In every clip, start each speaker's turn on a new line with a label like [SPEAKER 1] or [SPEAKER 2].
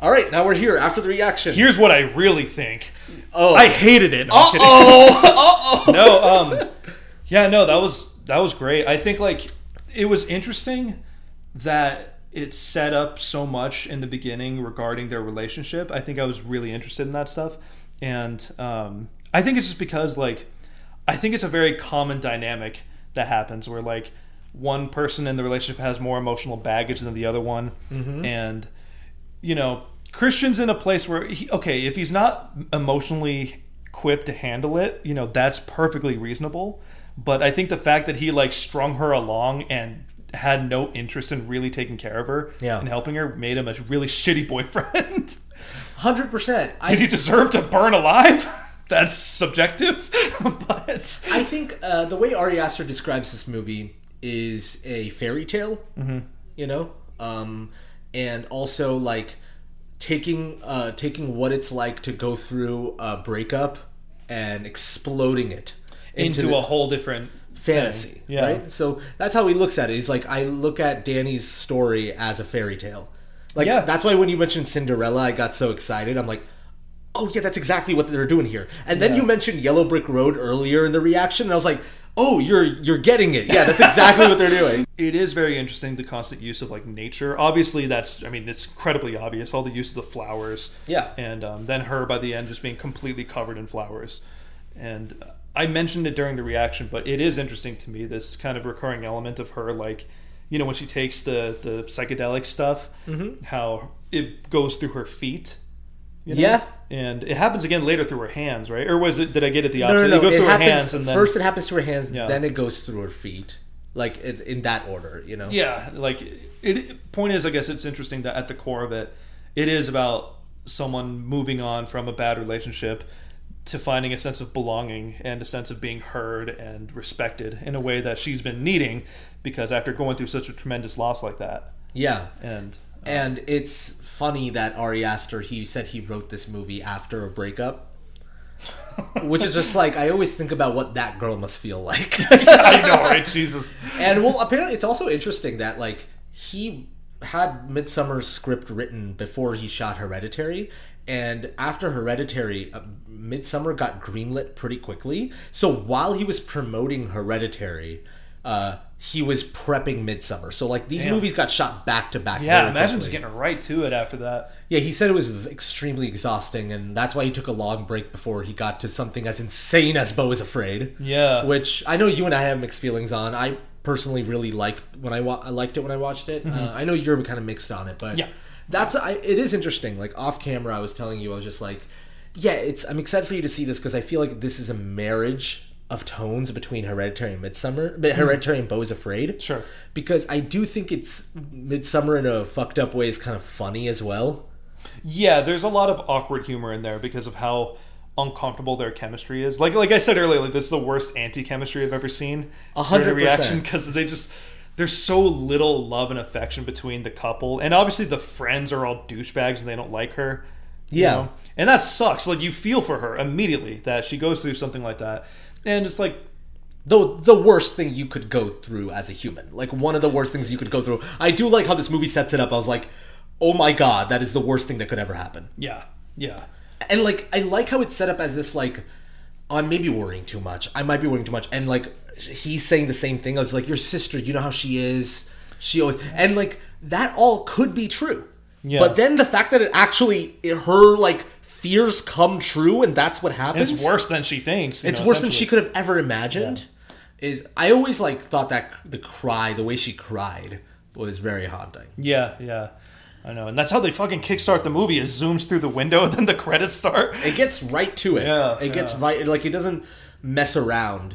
[SPEAKER 1] All right, now we're here after the reaction.
[SPEAKER 2] Here's what I really think.
[SPEAKER 1] oh,
[SPEAKER 2] I hated it. No, I'm
[SPEAKER 1] uh
[SPEAKER 2] kidding.
[SPEAKER 1] oh, uh oh.
[SPEAKER 2] no um yeah no that was that was great i think like it was interesting that it set up so much in the beginning regarding their relationship i think i was really interested in that stuff and um i think it's just because like i think it's a very common dynamic that happens where like one person in the relationship has more emotional baggage than the other one and you know, Christian's in a place where he, okay, if he's not emotionally equipped to handle it, you know, that's perfectly reasonable. But I think the fact that he like strung her along and had no interest in really taking care of her
[SPEAKER 1] Yeah.
[SPEAKER 2] and helping her made him a really shitty boyfriend.
[SPEAKER 1] Hundred percent.
[SPEAKER 2] Did
[SPEAKER 1] I
[SPEAKER 2] he deserve to burn alive? That's subjective, but
[SPEAKER 1] I think uh, the way Ari Aster describes this movie is a fairy tale. Mm-hmm. You know, um, and also like taking uh, taking what it's like to go through a breakup and exploding it
[SPEAKER 2] into,
[SPEAKER 1] the-
[SPEAKER 2] a whole different
[SPEAKER 1] fantasy,
[SPEAKER 2] Yeah.
[SPEAKER 1] right? So that's how he looks at it. He's like, I look at Danny's story as a fairy tale. Like
[SPEAKER 2] Yeah.
[SPEAKER 1] that's why when you mentioned Cinderella, I got so excited. I'm like, oh yeah, that's exactly what they're doing here. And then you mentioned Yellow Brick Road earlier in the reaction, and I was like, oh, you're you're getting it. Yeah, that's exactly what they're doing.
[SPEAKER 2] it is very interesting the constant use of like nature obviously that's i mean it's incredibly obvious all the use of the flowers
[SPEAKER 1] Yeah.
[SPEAKER 2] and um, then her by the end just being completely covered in flowers and uh, i mentioned it during the reaction but it is interesting to me this kind of recurring element of her like you know when she takes the the psychedelic stuff
[SPEAKER 1] Mm-hmm.
[SPEAKER 2] how it goes through her feet you know?
[SPEAKER 1] Yeah.
[SPEAKER 2] and it happens again later through her hands right or was it did i get it the
[SPEAKER 1] No,
[SPEAKER 2] opposite
[SPEAKER 1] no, no.
[SPEAKER 2] it goes
[SPEAKER 1] It
[SPEAKER 2] through
[SPEAKER 1] happens,
[SPEAKER 2] her hands and then
[SPEAKER 1] first it happens to her hands,
[SPEAKER 2] Yeah.
[SPEAKER 1] then it goes through her feet, like it, in that order, you know.
[SPEAKER 2] yeah like it point is i guess it's interesting that at the core of it it is about someone moving on from a bad relationship to finding a sense of belonging and a sense of being heard and respected in a way that she's been needing because after going through such a tremendous loss like that
[SPEAKER 1] yeah.
[SPEAKER 2] and
[SPEAKER 1] And it's funny that Ari Aster he said he wrote this movie after a breakup. Which is just like I always think about what that girl must feel like.
[SPEAKER 2] i know right jesus
[SPEAKER 1] and well apparently it's also interesting that like he had Midsummer's script written before he shot Hereditary and after Hereditary uh, Midsummer got greenlit pretty quickly. So while he was promoting Hereditary uh, he was prepping Midsummer. So like these movies got shot back to back.
[SPEAKER 2] yeah
[SPEAKER 1] very
[SPEAKER 2] imagine
[SPEAKER 1] quickly.
[SPEAKER 2] just getting right to it after that
[SPEAKER 1] Yeah, he said it was v- extremely exhausting, and that's why he took a long break before he got to something as insane as Bo is Afraid.
[SPEAKER 2] Yeah.
[SPEAKER 1] which I know you and I have mixed feelings on. I personally really liked when I, wa- I liked it when I watched it. Uh, I know you're kind of mixed on it, but
[SPEAKER 2] Mm-hmm. Yeah.
[SPEAKER 1] that's I, it is interesting. Like off camera, I was telling you, I was just like, yeah, it's I'm excited for you to see this because I feel like this is a marriage of tones between Hereditary and Midsummer, but Hereditary and Bo is Afraid
[SPEAKER 2] Mm-hmm. Sure.
[SPEAKER 1] because I do think it's Midsummer in a fucked up way is kind of funny as well.
[SPEAKER 2] Yeah, there's a lot of awkward humor in there because of how uncomfortable their chemistry is. Like like I said earlier, like this is the worst anti-chemistry I've ever seen.
[SPEAKER 1] A hundred
[SPEAKER 2] during a reaction
[SPEAKER 1] percent.
[SPEAKER 2] because they just there's so little love and affection between the couple, and obviously the friends are all douchebags and they don't like her. you
[SPEAKER 1] Yeah.
[SPEAKER 2] know? and that sucks. Like you feel for her immediately that she goes through something like that, and it's like
[SPEAKER 1] Though the worst thing you could go through as a human, like one of the worst things you could go through. I do like how this movie sets it up. I was like, oh my god, that is the worst thing that could ever happen.
[SPEAKER 2] yeah, yeah,
[SPEAKER 1] And like, I like how it's set up as this like, oh, I may be worrying too much. I might be worrying too much. And like, he's saying the same thing. I was like, your sister, you know how she is. She always and like that all could be true.
[SPEAKER 2] Yeah.
[SPEAKER 1] But then the fact that it actually her like fears come true and that's what happens.
[SPEAKER 2] it's worse than she thinks. you
[SPEAKER 1] it's
[SPEAKER 2] know,
[SPEAKER 1] worse than she
[SPEAKER 2] essentially.
[SPEAKER 1] could have ever imagined. Is I always like thought that the cry, the way she cried, was very haunting.
[SPEAKER 2] Yeah, yeah. I know, and that's how they fucking kickstart the movie. It zooms through the window, and then the credits start.
[SPEAKER 1] It gets right to it.
[SPEAKER 2] Yeah,
[SPEAKER 1] it gets right. Like it doesn't mess around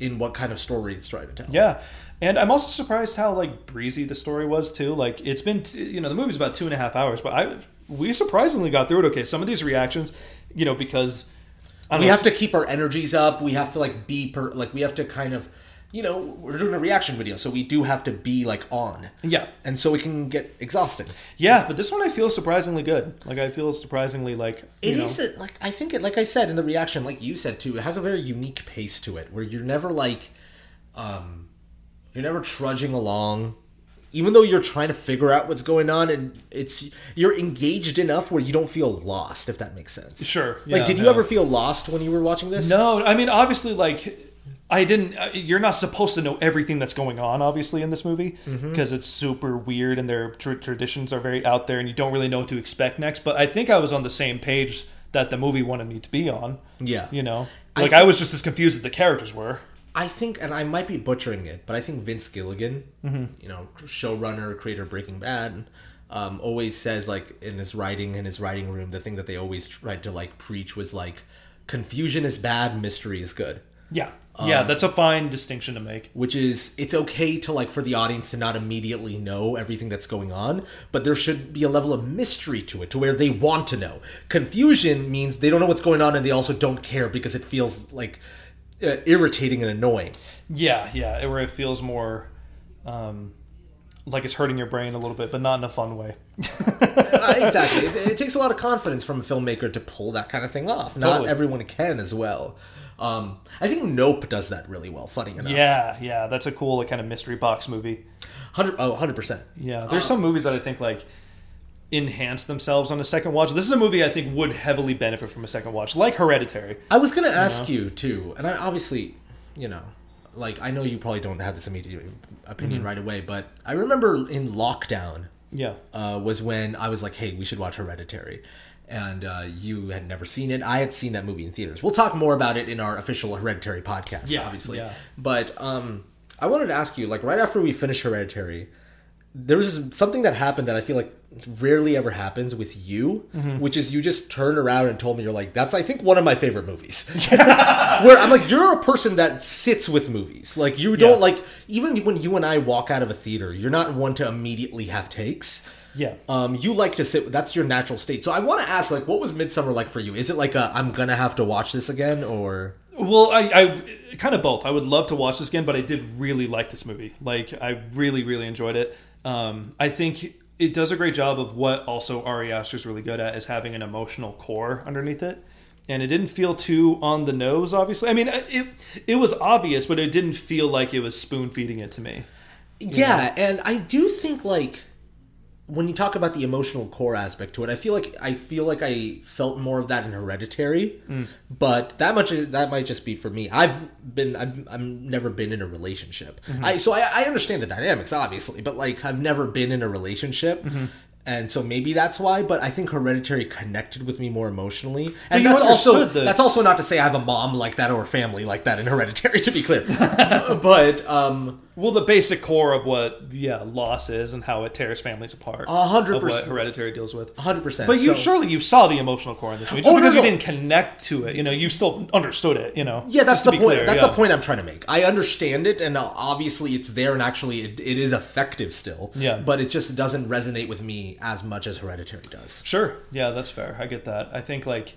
[SPEAKER 1] in what kind of story it's trying to tell.
[SPEAKER 2] Yeah, and I'm also surprised how like breezy the story was too. Like it's been t- you know the movie's about two and a half hours, but I we surprisingly got through it okay. Some of these reactions, you know, because I don't
[SPEAKER 1] we
[SPEAKER 2] know,
[SPEAKER 1] have to keep our energies up. We have to like be per like we have to kind of, you know, we're doing a reaction video, so we do have to be like on.
[SPEAKER 2] Yeah.
[SPEAKER 1] and so it can get exhausting.
[SPEAKER 2] yeah, but this one I feel surprisingly good. Like I feel surprisingly like
[SPEAKER 1] It
[SPEAKER 2] you know,
[SPEAKER 1] is a, like I think it like I said in the reaction, like you said too. It has a very unique pace to it, where you're never like, um, you're never trudging along. even though you're trying to figure out what's going on and it's you're engaged enough where you don't feel lost if that makes sense
[SPEAKER 2] Sure.
[SPEAKER 1] like
[SPEAKER 2] Yeah,
[SPEAKER 1] did you
[SPEAKER 2] no.
[SPEAKER 1] ever feel lost when you were watching this
[SPEAKER 2] No, I mean obviously like I didn't uh, you're not supposed to know everything that's going on obviously in this movie
[SPEAKER 1] Mm-hmm.
[SPEAKER 2] because it's super weird and their tr- traditions are very out there and you don't really know what to expect next, but I think I was on the same page that the movie wanted me to be on.
[SPEAKER 1] Yeah.
[SPEAKER 2] You know.
[SPEAKER 1] I
[SPEAKER 2] Like
[SPEAKER 1] thi-
[SPEAKER 2] I, was just as confused as the characters were.
[SPEAKER 1] I think, and I might be butchering it, but I think Vince Gilligan, you know, showrunner, creator of Breaking Bad, um, always says like in his writing in his writing room, the thing that they always tried to like preach was like confusion is bad, mystery is good,
[SPEAKER 2] Yeah. yeah,
[SPEAKER 1] Um.
[SPEAKER 2] that's a fine distinction to make.
[SPEAKER 1] which is it's okay to like for the audience to not immediately know everything that's going on, but there should be a level of mystery to it to where they want to know. Confusion means they don't know what's going on and they also don't care because it feels like uh, irritating and annoying.
[SPEAKER 2] Yeah, yeah, it- where it feels more um like it's hurting your brain a little bit, but not in a fun way.
[SPEAKER 1] Uh, exactly. It, it takes a lot of confidence from a filmmaker to pull that kind of thing off. Not
[SPEAKER 2] Totally.
[SPEAKER 1] everyone can as well. Um, I think Nope does that really well, funny enough.
[SPEAKER 2] Yeah, yeah, that's a cool like, kind of mystery box movie.
[SPEAKER 1] 100, oh, 100%.
[SPEAKER 2] Yeah, there's some movies that I think like enhance themselves on a second watch. This is a movie I think would heavily benefit from a second watch, like Hereditary.
[SPEAKER 1] I was going to ask you, too, and I obviously, you know, like, I know you probably don't have this immediate opinion
[SPEAKER 2] Mm-hmm.
[SPEAKER 1] right away, but I remember in lockdown
[SPEAKER 2] Yeah,
[SPEAKER 1] uh, was when I was like, hey, we should watch Hereditary. And uh, you had never seen it. I had seen that movie in theaters. We'll talk more about it in our official Hereditary podcast,
[SPEAKER 2] Yeah,
[SPEAKER 1] obviously.
[SPEAKER 2] yeah.
[SPEAKER 1] But um, I wanted to ask you, like, right after we finished Hereditary, there was something that happened that I feel like rarely ever happens with you,
[SPEAKER 2] Mm-hmm.
[SPEAKER 1] which is you just turned around and told me you're like, that's I think one of my favorite movies. Where I'm like, you're a person that sits with movies. Like you don't
[SPEAKER 2] Yeah.
[SPEAKER 1] like even when you and I walk out of a theater, you're not one to immediately have takes.
[SPEAKER 2] yeah.
[SPEAKER 1] Um, you like to sit. That's your natural state. So I want to ask, like, what was Midsummer like for you? Is it like a I'm gonna have to watch this again, or
[SPEAKER 2] Well, I, I kind of both. I would love to watch this again, but I did really like this movie. Like, I really, really enjoyed it. Um, I think it does a great job of what also Ari Aster's really good at is having an emotional core underneath it. And it didn't feel too on the nose, obviously. I mean, it it was obvious, but it didn't feel like it was spoon feeding it to me.
[SPEAKER 1] yeah? And I do think like when you talk about the emotional core aspect to it, I feel like I feel like I felt more of that in Hereditary,
[SPEAKER 2] Mm.
[SPEAKER 1] but that much that might just be for me. I've been I've, I've never been in a relationship,
[SPEAKER 2] Mm-hmm.
[SPEAKER 1] I so I, I understand the dynamics obviously, but like I've never been in a relationship.
[SPEAKER 2] Mm-hmm.
[SPEAKER 1] And so maybe that's why, but I think Hereditary connected with me more emotionally, and
[SPEAKER 2] you
[SPEAKER 1] that's also
[SPEAKER 2] understood the-
[SPEAKER 1] that's also not to say I have a mom like that or a family like that in Hereditary. To be clear, but um,
[SPEAKER 2] Well, the basic core of what yeah loss is and how it tears families apart.
[SPEAKER 1] A hundred
[SPEAKER 2] of what
[SPEAKER 1] percent.
[SPEAKER 2] Hereditary deals with.
[SPEAKER 1] hundred percent.
[SPEAKER 2] But you surely you saw the emotional core in this movie just
[SPEAKER 1] Oh, no,
[SPEAKER 2] because
[SPEAKER 1] no.
[SPEAKER 2] you didn't connect to it. You know, you still understood it. You know.
[SPEAKER 1] Yeah, that's
[SPEAKER 2] just to
[SPEAKER 1] the
[SPEAKER 2] be
[SPEAKER 1] point.
[SPEAKER 2] clear,
[SPEAKER 1] that's
[SPEAKER 2] yeah.
[SPEAKER 1] the point I'm trying to make. I understand it, and uh, obviously it's there, and actually it, it is effective still.
[SPEAKER 2] Yeah.
[SPEAKER 1] but it just doesn't resonate with me as much as Hereditary does.
[SPEAKER 2] Sure. Yeah, that's fair. I get that. I think like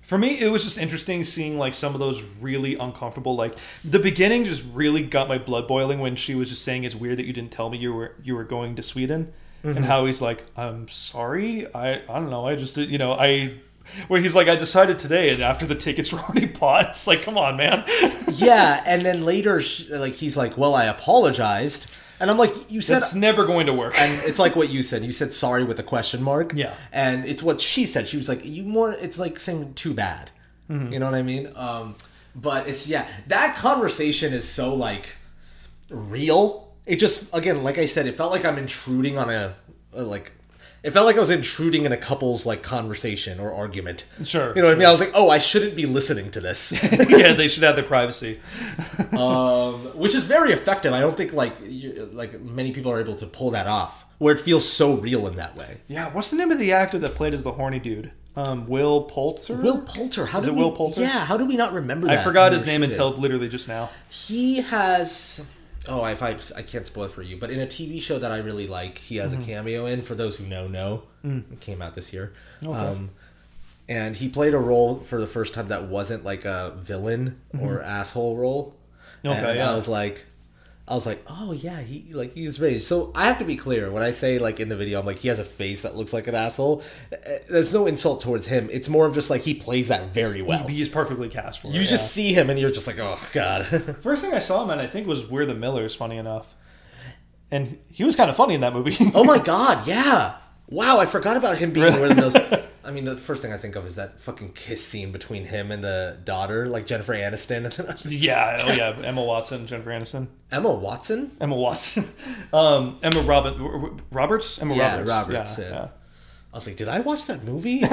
[SPEAKER 2] for me it was just interesting seeing like some of those really uncomfortable like the beginning just really got my blood boiling when she was just saying it's weird that you didn't tell me you were you were going to Sweden and how he's like I'm sorry. I I don't know. I just you know, I where he's like I decided today and after the tickets were already bought. It's like come on, man.
[SPEAKER 1] yeah, and then later, sh like he's like, "Well, I apologized," and I'm like, "You said."
[SPEAKER 2] That's never going to work.
[SPEAKER 1] and it's like what you said. You said sorry with a question mark.
[SPEAKER 2] Yeah.
[SPEAKER 1] And it's what she said. She was like, "You more." It's like saying too bad.
[SPEAKER 2] Mm-hmm.
[SPEAKER 1] You know what I mean? Um, but it's yeah, that conversation is so like real. It just again, like I said, it felt like I'm intruding on a, a like. It felt like I was intruding in a couple's like conversation or argument.
[SPEAKER 2] Sure,
[SPEAKER 1] You know what I mean? I was like, oh, I shouldn't be listening to this.
[SPEAKER 2] yeah, they should have their privacy.
[SPEAKER 1] which is very effective. I don't think like you, like many people are able to pull that off where it feels so real in that way.
[SPEAKER 2] Yeah, what's the name of the actor that played as the horny dude? Um, Will Poulter.
[SPEAKER 1] Will Poulter. How did
[SPEAKER 2] it
[SPEAKER 1] we,
[SPEAKER 2] Will Poulter?
[SPEAKER 1] Yeah. How do we not remember?
[SPEAKER 2] I
[SPEAKER 1] that?
[SPEAKER 2] forgot
[SPEAKER 1] when
[SPEAKER 2] his
[SPEAKER 1] we were
[SPEAKER 2] name
[SPEAKER 1] shooting?
[SPEAKER 2] until literally just now.
[SPEAKER 1] he has. Oh, if I I can't spoil it for you, but in a TV show that I really like, he has
[SPEAKER 2] Mm-hmm.
[SPEAKER 1] a cameo in. For those who know, know
[SPEAKER 2] Mm.
[SPEAKER 1] it came out this year. Um, and he played a role for the first time that wasn't like a villain or asshole role.
[SPEAKER 2] Mm-hmm. Okay,
[SPEAKER 1] and
[SPEAKER 2] yeah.
[SPEAKER 1] I was like, I was like, oh yeah, he like he's rage. So I have to be clear when I say like in the video, I'm like he has a face that looks like an asshole. Uh, There's no insult towards him. It's more of just like he plays that very well.
[SPEAKER 2] He's perfectly cast for it.
[SPEAKER 1] You just see him and you're just like, oh god.
[SPEAKER 2] yeah. first thing I saw him in, I think, was We're the Millers. Funny enough, and he was kind of funny in that movie.
[SPEAKER 1] Oh my god, yeah. Wow, I forgot about him being one of those. I mean, the first thing I think of is that fucking kiss scene between him and the daughter, like Jennifer Aniston.
[SPEAKER 2] yeah, oh yeah, Emma Watson, Jennifer Aniston,
[SPEAKER 1] Emma Watson?
[SPEAKER 2] Emma Watson, um, Emma Robin Roberts, Emma
[SPEAKER 1] Yeah,
[SPEAKER 2] Roberts,
[SPEAKER 1] Roberts, yeah. I was like, did I watch that movie?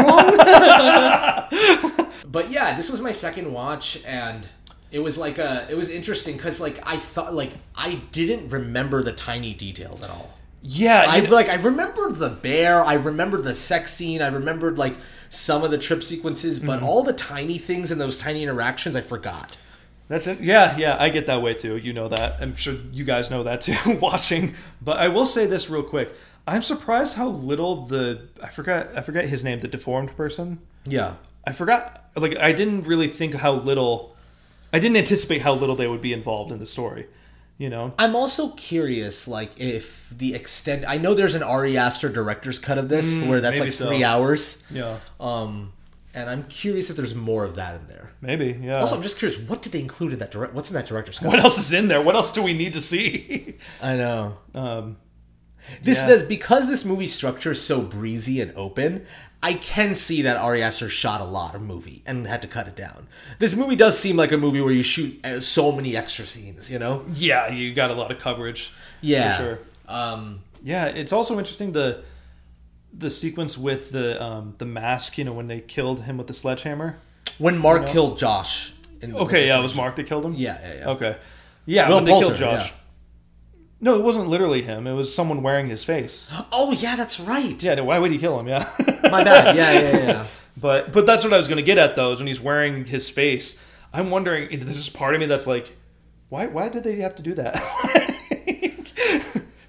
[SPEAKER 1] but yeah, this was my second watch, and it was like a, it was interesting because like I thought like I didn't remember the tiny details at all.
[SPEAKER 2] yeah. you
[SPEAKER 1] I
[SPEAKER 2] know-
[SPEAKER 1] like I remembered the bear, I remembered the sex scene, I remembered like some of the trip sequences, but
[SPEAKER 2] Mm-hmm.
[SPEAKER 1] all the tiny things and those tiny interactions I forgot.
[SPEAKER 2] That's it. Yeah, yeah, I get that way too. You know that. I'm sure you guys know that too. watching, but I will say this real quick. I'm surprised how little the I forgot I forgot his name, the deformed person.
[SPEAKER 1] Yeah.
[SPEAKER 2] I forgot. Like I didn't really think how little. I didn't anticipate how little they would be involved in the story. You know.
[SPEAKER 1] I'm also curious, like if the extent I know there's an Ari Aster director's cut of this where that's
[SPEAKER 2] Mm, maybe
[SPEAKER 1] like three
[SPEAKER 2] so.
[SPEAKER 1] hours.
[SPEAKER 2] Yeah.
[SPEAKER 1] Um, and I'm curious if there's more of that in there.
[SPEAKER 2] Maybe. Yeah.
[SPEAKER 1] Also, I'm just curious, what did they include in that direct? What's in that director's cut?
[SPEAKER 2] what else is in there? What else do we need to see?
[SPEAKER 1] I know.
[SPEAKER 2] um,
[SPEAKER 1] This
[SPEAKER 2] yeah.
[SPEAKER 1] does because this movie structure is so breezy and open. I can see that Ari Aster shot a lot of movie and had to cut it down. This movie does seem like a movie where you shoot uh, so many extra scenes, you know?
[SPEAKER 2] yeah, you got a lot of coverage.
[SPEAKER 1] Yeah.
[SPEAKER 2] For sure.
[SPEAKER 1] Um,
[SPEAKER 2] Yeah, it's also interesting the the sequence with the um, the mask. You know, when they killed him with the sledgehammer.
[SPEAKER 1] when Mark killed Josh. In the-
[SPEAKER 2] Okay, yeah, it was Mark that killed him.
[SPEAKER 1] Yeah, yeah, yeah.
[SPEAKER 2] Okay, yeah,
[SPEAKER 1] Well,
[SPEAKER 2] when they
[SPEAKER 1] Walter,
[SPEAKER 2] killed Josh.
[SPEAKER 1] yeah.
[SPEAKER 2] No, it wasn't literally him. It was someone wearing his face.
[SPEAKER 1] Oh, yeah, that's right.
[SPEAKER 2] Yeah, why would he kill him? Yeah.
[SPEAKER 1] My bad. Yeah, yeah, yeah.
[SPEAKER 2] But but that's what I was going to get at though is when he's wearing his face. I'm wondering. This is part of me that's like, why why did they have to do that?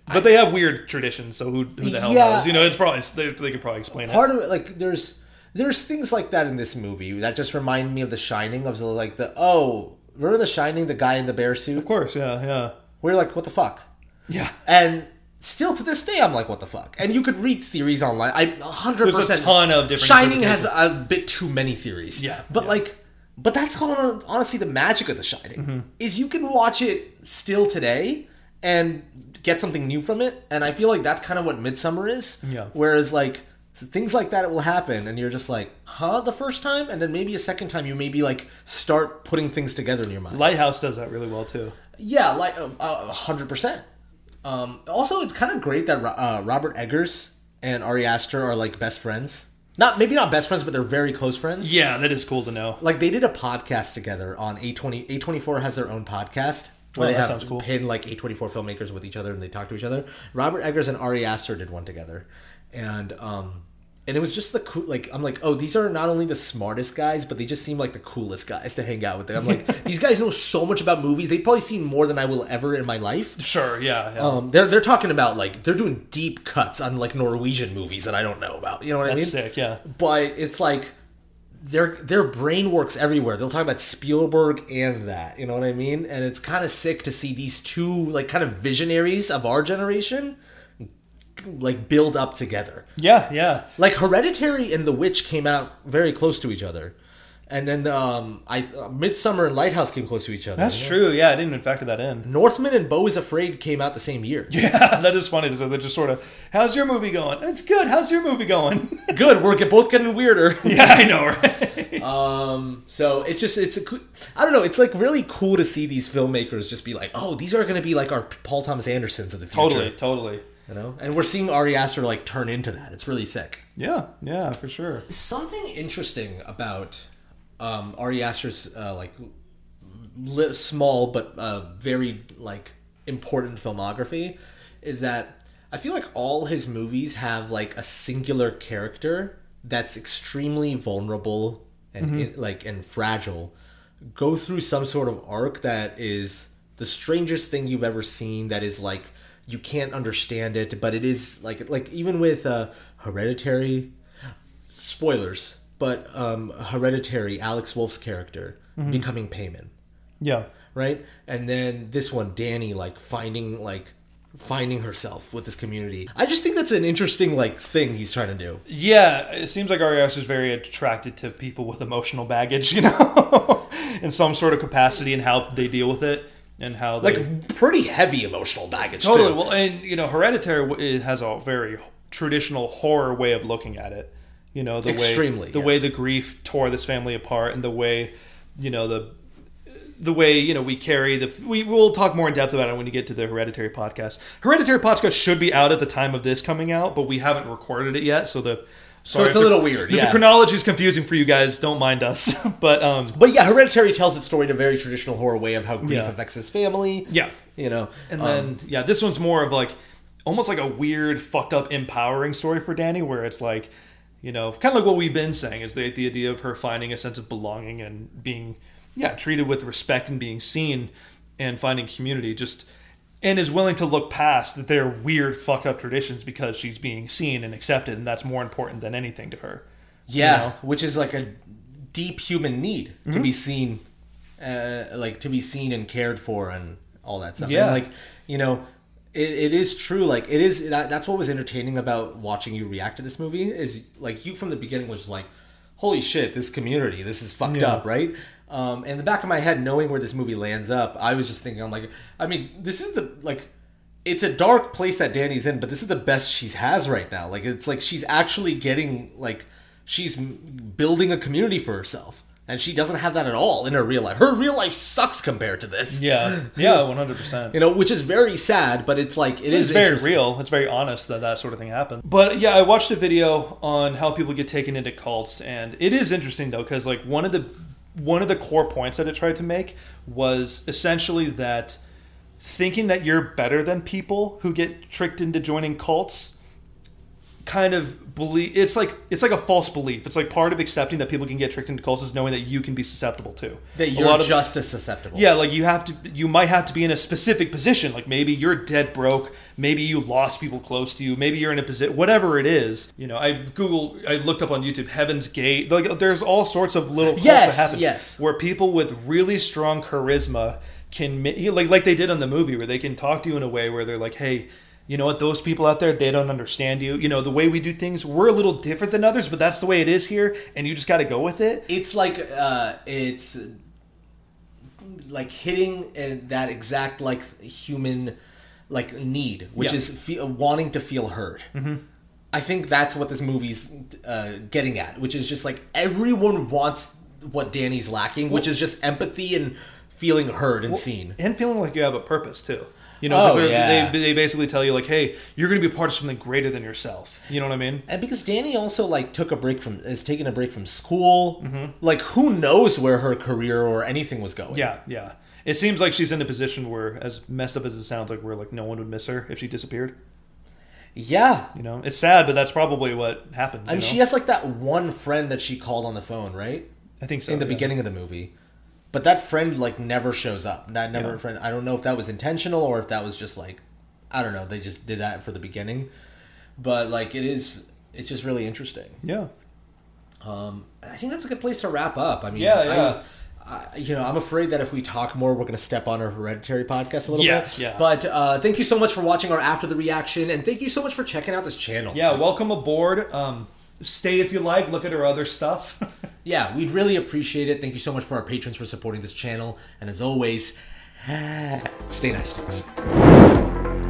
[SPEAKER 2] but they have weird traditions, so who, who the hell
[SPEAKER 1] Yeah.
[SPEAKER 2] knows? You know, it's probably they, they could probably explain it.
[SPEAKER 1] part of it like there's there's things like that in this movie that just remind me of the shining of the, like the oh remember the shining the guy in the bear suit
[SPEAKER 2] Of course, yeah, yeah,
[SPEAKER 1] we're like what the fuck
[SPEAKER 2] yeah.
[SPEAKER 1] and still to this day i'm like what the fuck and you could read theories online i 100%
[SPEAKER 2] There's a ton of different
[SPEAKER 1] shining has a bit too many theories
[SPEAKER 2] Yeah,
[SPEAKER 1] but
[SPEAKER 2] yeah.
[SPEAKER 1] like but that's kind of honestly the magic of the shining
[SPEAKER 2] Mm-hmm.
[SPEAKER 1] is you can watch it still today and get something new from it and i feel like that's kind of what midsummer is
[SPEAKER 2] Yeah.
[SPEAKER 1] whereas like so things like that will happen and you're just like huh the first time and then maybe a second time you maybe like start putting things together in your mind
[SPEAKER 2] Lighthouse does that really well too.
[SPEAKER 1] yeah, like um, uh, a hundred percent. Um, also, it's kind of great that Ro- uh, Robert Eggers and Ari Aster are like best friends. Not maybe not best friends, but they're very close friends.
[SPEAKER 2] Yeah, that is cool to know.
[SPEAKER 1] Like they did a podcast together on A20. A24 has their own podcast
[SPEAKER 2] Oh,
[SPEAKER 1] where they
[SPEAKER 2] that
[SPEAKER 1] have
[SPEAKER 2] sounds cool.
[SPEAKER 1] pinned like A24 filmmakers with each other and they talk to each other. Robert Eggers and Ari Aster did one together, and um, and it was just the cool. Like I'm like, oh, these are not only the smartest guys, but they just seem like the coolest guys to hang out with. I'm like, these guys know so much about movies. They've probably seen more than I will ever in my life.
[SPEAKER 2] Sure, yeah, yeah.
[SPEAKER 1] Um, they're they're talking about like they're doing deep cuts on like Norwegian movies that I don't know about. You know what I
[SPEAKER 2] that's
[SPEAKER 1] mean?
[SPEAKER 2] sick. Yeah,
[SPEAKER 1] but it's like their their brain works everywhere. They'll talk about Spielberg and that, you know what I mean? And it's kind of sick to see these two like kind of visionaries of our generation like build up together.
[SPEAKER 2] yeah, yeah.
[SPEAKER 1] Like Hereditary and The Witch came out very close to each other. And then um I uh, Midsummer and Lighthouse came close to each other.
[SPEAKER 2] That's true. Yeah, I didn't even factor that in.
[SPEAKER 1] Northman and Bo is Afraid came out the same year.
[SPEAKER 2] Yeah, that is funny. So they're just sort of, how's your movie going? It's good. How's your movie going?
[SPEAKER 1] Good, we're get- both getting weirder.
[SPEAKER 2] yeah, I know, right?
[SPEAKER 1] Um, so it's just it's a coo- I don't know. It's like really cool to see these filmmakers just be like, oh, these are going to be like our Paul Thomas Andersons of the future.
[SPEAKER 2] totally, totally.
[SPEAKER 1] you know. And we're seeing Ari Aster like turn into that. It's really sick.
[SPEAKER 2] Yeah, yeah, for sure.
[SPEAKER 1] Something interesting about um, Ari Aster's uh, like li- small but uh, very like important filmography is that I feel like all his movies have like a singular character that's extremely vulnerable and in- like and fragile go through some sort of arc that is the strangest thing you've ever seen that is like you can't understand it but it is like like even with uh hereditary spoilers but um hereditary alex wolf's character
[SPEAKER 2] Mm-hmm.
[SPEAKER 1] becoming payman
[SPEAKER 2] Yeah,
[SPEAKER 1] right? And then this one, Danny, like finding like finding herself with this community. I just think that's an interesting like thing he's trying to do.
[SPEAKER 2] yeah. It seems like Ari Aster is very attracted to people with emotional baggage, you know, in some sort of capacity and how they deal with it. and how they
[SPEAKER 1] Like pretty heavy emotional baggage.
[SPEAKER 2] totally
[SPEAKER 1] too.
[SPEAKER 2] well and you know hereditary w- it has a very traditional horror way of looking at it you know the
[SPEAKER 1] Extremely,
[SPEAKER 2] way the way
[SPEAKER 1] yes.
[SPEAKER 2] the grief tore this family apart and the way you know the the way you know we carry the we will talk more in depth about it when you get to the hereditary podcast hereditary podcast should be out at the time of this coming out but we haven't recorded it yet so the so
[SPEAKER 1] it's a little weird,
[SPEAKER 2] the
[SPEAKER 1] yeah.
[SPEAKER 2] chronology is confusing for you guys don't mind us but um
[SPEAKER 1] But yeah, Hereditary tells its story in a very traditional horror way of how grief
[SPEAKER 2] Yeah.
[SPEAKER 1] affects his family.
[SPEAKER 2] Yeah.
[SPEAKER 1] You know. Um,
[SPEAKER 2] And then yeah, this one's more of like almost like a weird, fucked up, empowering story for Danny, where it's like, you know, kind of like what we've been saying is the the idea of her finding a sense of belonging and being yeah treated with respect and being seen and finding community just and is willing to look past their weird fucked up traditions because she's being seen and accepted and that's more important than anything to her
[SPEAKER 1] yeah,
[SPEAKER 2] you know? Mm-hmm.
[SPEAKER 1] which is like a deep human need to be seen uh, like to be seen and cared for and all that stuff. And,
[SPEAKER 2] Yeah.
[SPEAKER 1] like, you know, it, it is true like it is that, that's what was entertaining about watching you react to this movie is like you from the beginning was like holy shit this community this is fucked
[SPEAKER 2] Yeah.
[SPEAKER 1] up right um in the back of my head knowing where this movie lands up i was just thinking i'm like i mean this is the like it's a dark place that danny's in but this is the best she's has right now like it's like she's actually getting like she's m- building a community for herself and she doesn't have that at all in her real life her real life sucks compared to this
[SPEAKER 2] yeah yeah one hundred percent
[SPEAKER 1] you know which is very sad but it's like it
[SPEAKER 2] It's
[SPEAKER 1] is
[SPEAKER 2] very
[SPEAKER 1] interesting.
[SPEAKER 2] real. It's very honest that that sort of thing happened. But yeah, I watched a video on how people get taken into cults, and it is interesting though, because like one of the one of the core points that it tried to make was essentially that thinking that you're better than people who get tricked into joining cults kind of believe it's like it's like a false belief it's like part of accepting that people can get tricked into cults is knowing that you can be susceptible to
[SPEAKER 1] that
[SPEAKER 2] A
[SPEAKER 1] you're
[SPEAKER 2] lot of-
[SPEAKER 1] just as susceptible
[SPEAKER 2] yeah, like you have to, you might have to be in a specific position. Like maybe you're dead broke, maybe you lost people close to you, maybe you're in a position, whatever it is. You know, I Google, I looked up on YouTube, Heaven's Gate. Like there's all sorts of little cults
[SPEAKER 1] Yes,
[SPEAKER 2] that happen
[SPEAKER 1] yes.
[SPEAKER 2] where people with really strong charisma can, ma- you know, like like they did on the movie, where they can talk to you in a way where they're like, hey. You know what? Those people out there, they don't understand you. You know the way we do things. We're a little different than others, but that's the way it is here, and you just got to go with it.
[SPEAKER 1] it's like uh it's like hitting uh, that exact like human like need which
[SPEAKER 2] Yeah. Mm-hmm.
[SPEAKER 1] is fe- uh, wanting to feel heard i think that's what this movie's uh, getting at which is just like everyone wants what danny's lacking which is just empathy and feeling heard and seen
[SPEAKER 2] and feeling like you have a purpose too. You know,
[SPEAKER 1] Oh,
[SPEAKER 2] 'cause they're-
[SPEAKER 1] yeah.
[SPEAKER 2] they they basically tell you like, hey, you're going to be part of something greater than yourself. You know what I mean?
[SPEAKER 1] and because danny also like took a break from is taking a break from school like who knows where her career or anything was going
[SPEAKER 2] Yeah, yeah. It seems like she's in a position where, as messed up as it sounds, like where like no one would miss her if she disappeared.
[SPEAKER 1] yeah
[SPEAKER 2] You know, it's sad, but that's probably what happens.
[SPEAKER 1] And
[SPEAKER 2] you know?
[SPEAKER 1] she has like that one friend that she called on the phone, right?
[SPEAKER 2] I think so.
[SPEAKER 1] In the
[SPEAKER 2] yeah.
[SPEAKER 1] beginning of the movie. But that friend like never shows up. That never
[SPEAKER 2] Yeah.
[SPEAKER 1] friend I don't know if that was intentional or if that was just like I don't know, they just did that for the beginning. But like it is it's just really interesting.
[SPEAKER 2] Yeah,
[SPEAKER 1] Um I think that's a good place to wrap up. I mean
[SPEAKER 2] Yeah, yeah.
[SPEAKER 1] I, I, you know, I'm afraid that if we talk more, we're going to step on our hereditary podcast a little
[SPEAKER 2] Yeah,
[SPEAKER 1] bit.
[SPEAKER 2] yeah.
[SPEAKER 1] But uh, thank you so much for watching our after the reaction, and thank you so much for checking out this channel.
[SPEAKER 2] yeah. Welcome aboard. Um, stay if you like. Look at her other stuff.
[SPEAKER 1] Yeah, we'd really appreciate it. Thank you so much for our patrons for supporting this channel. And as always, stay nice, folks.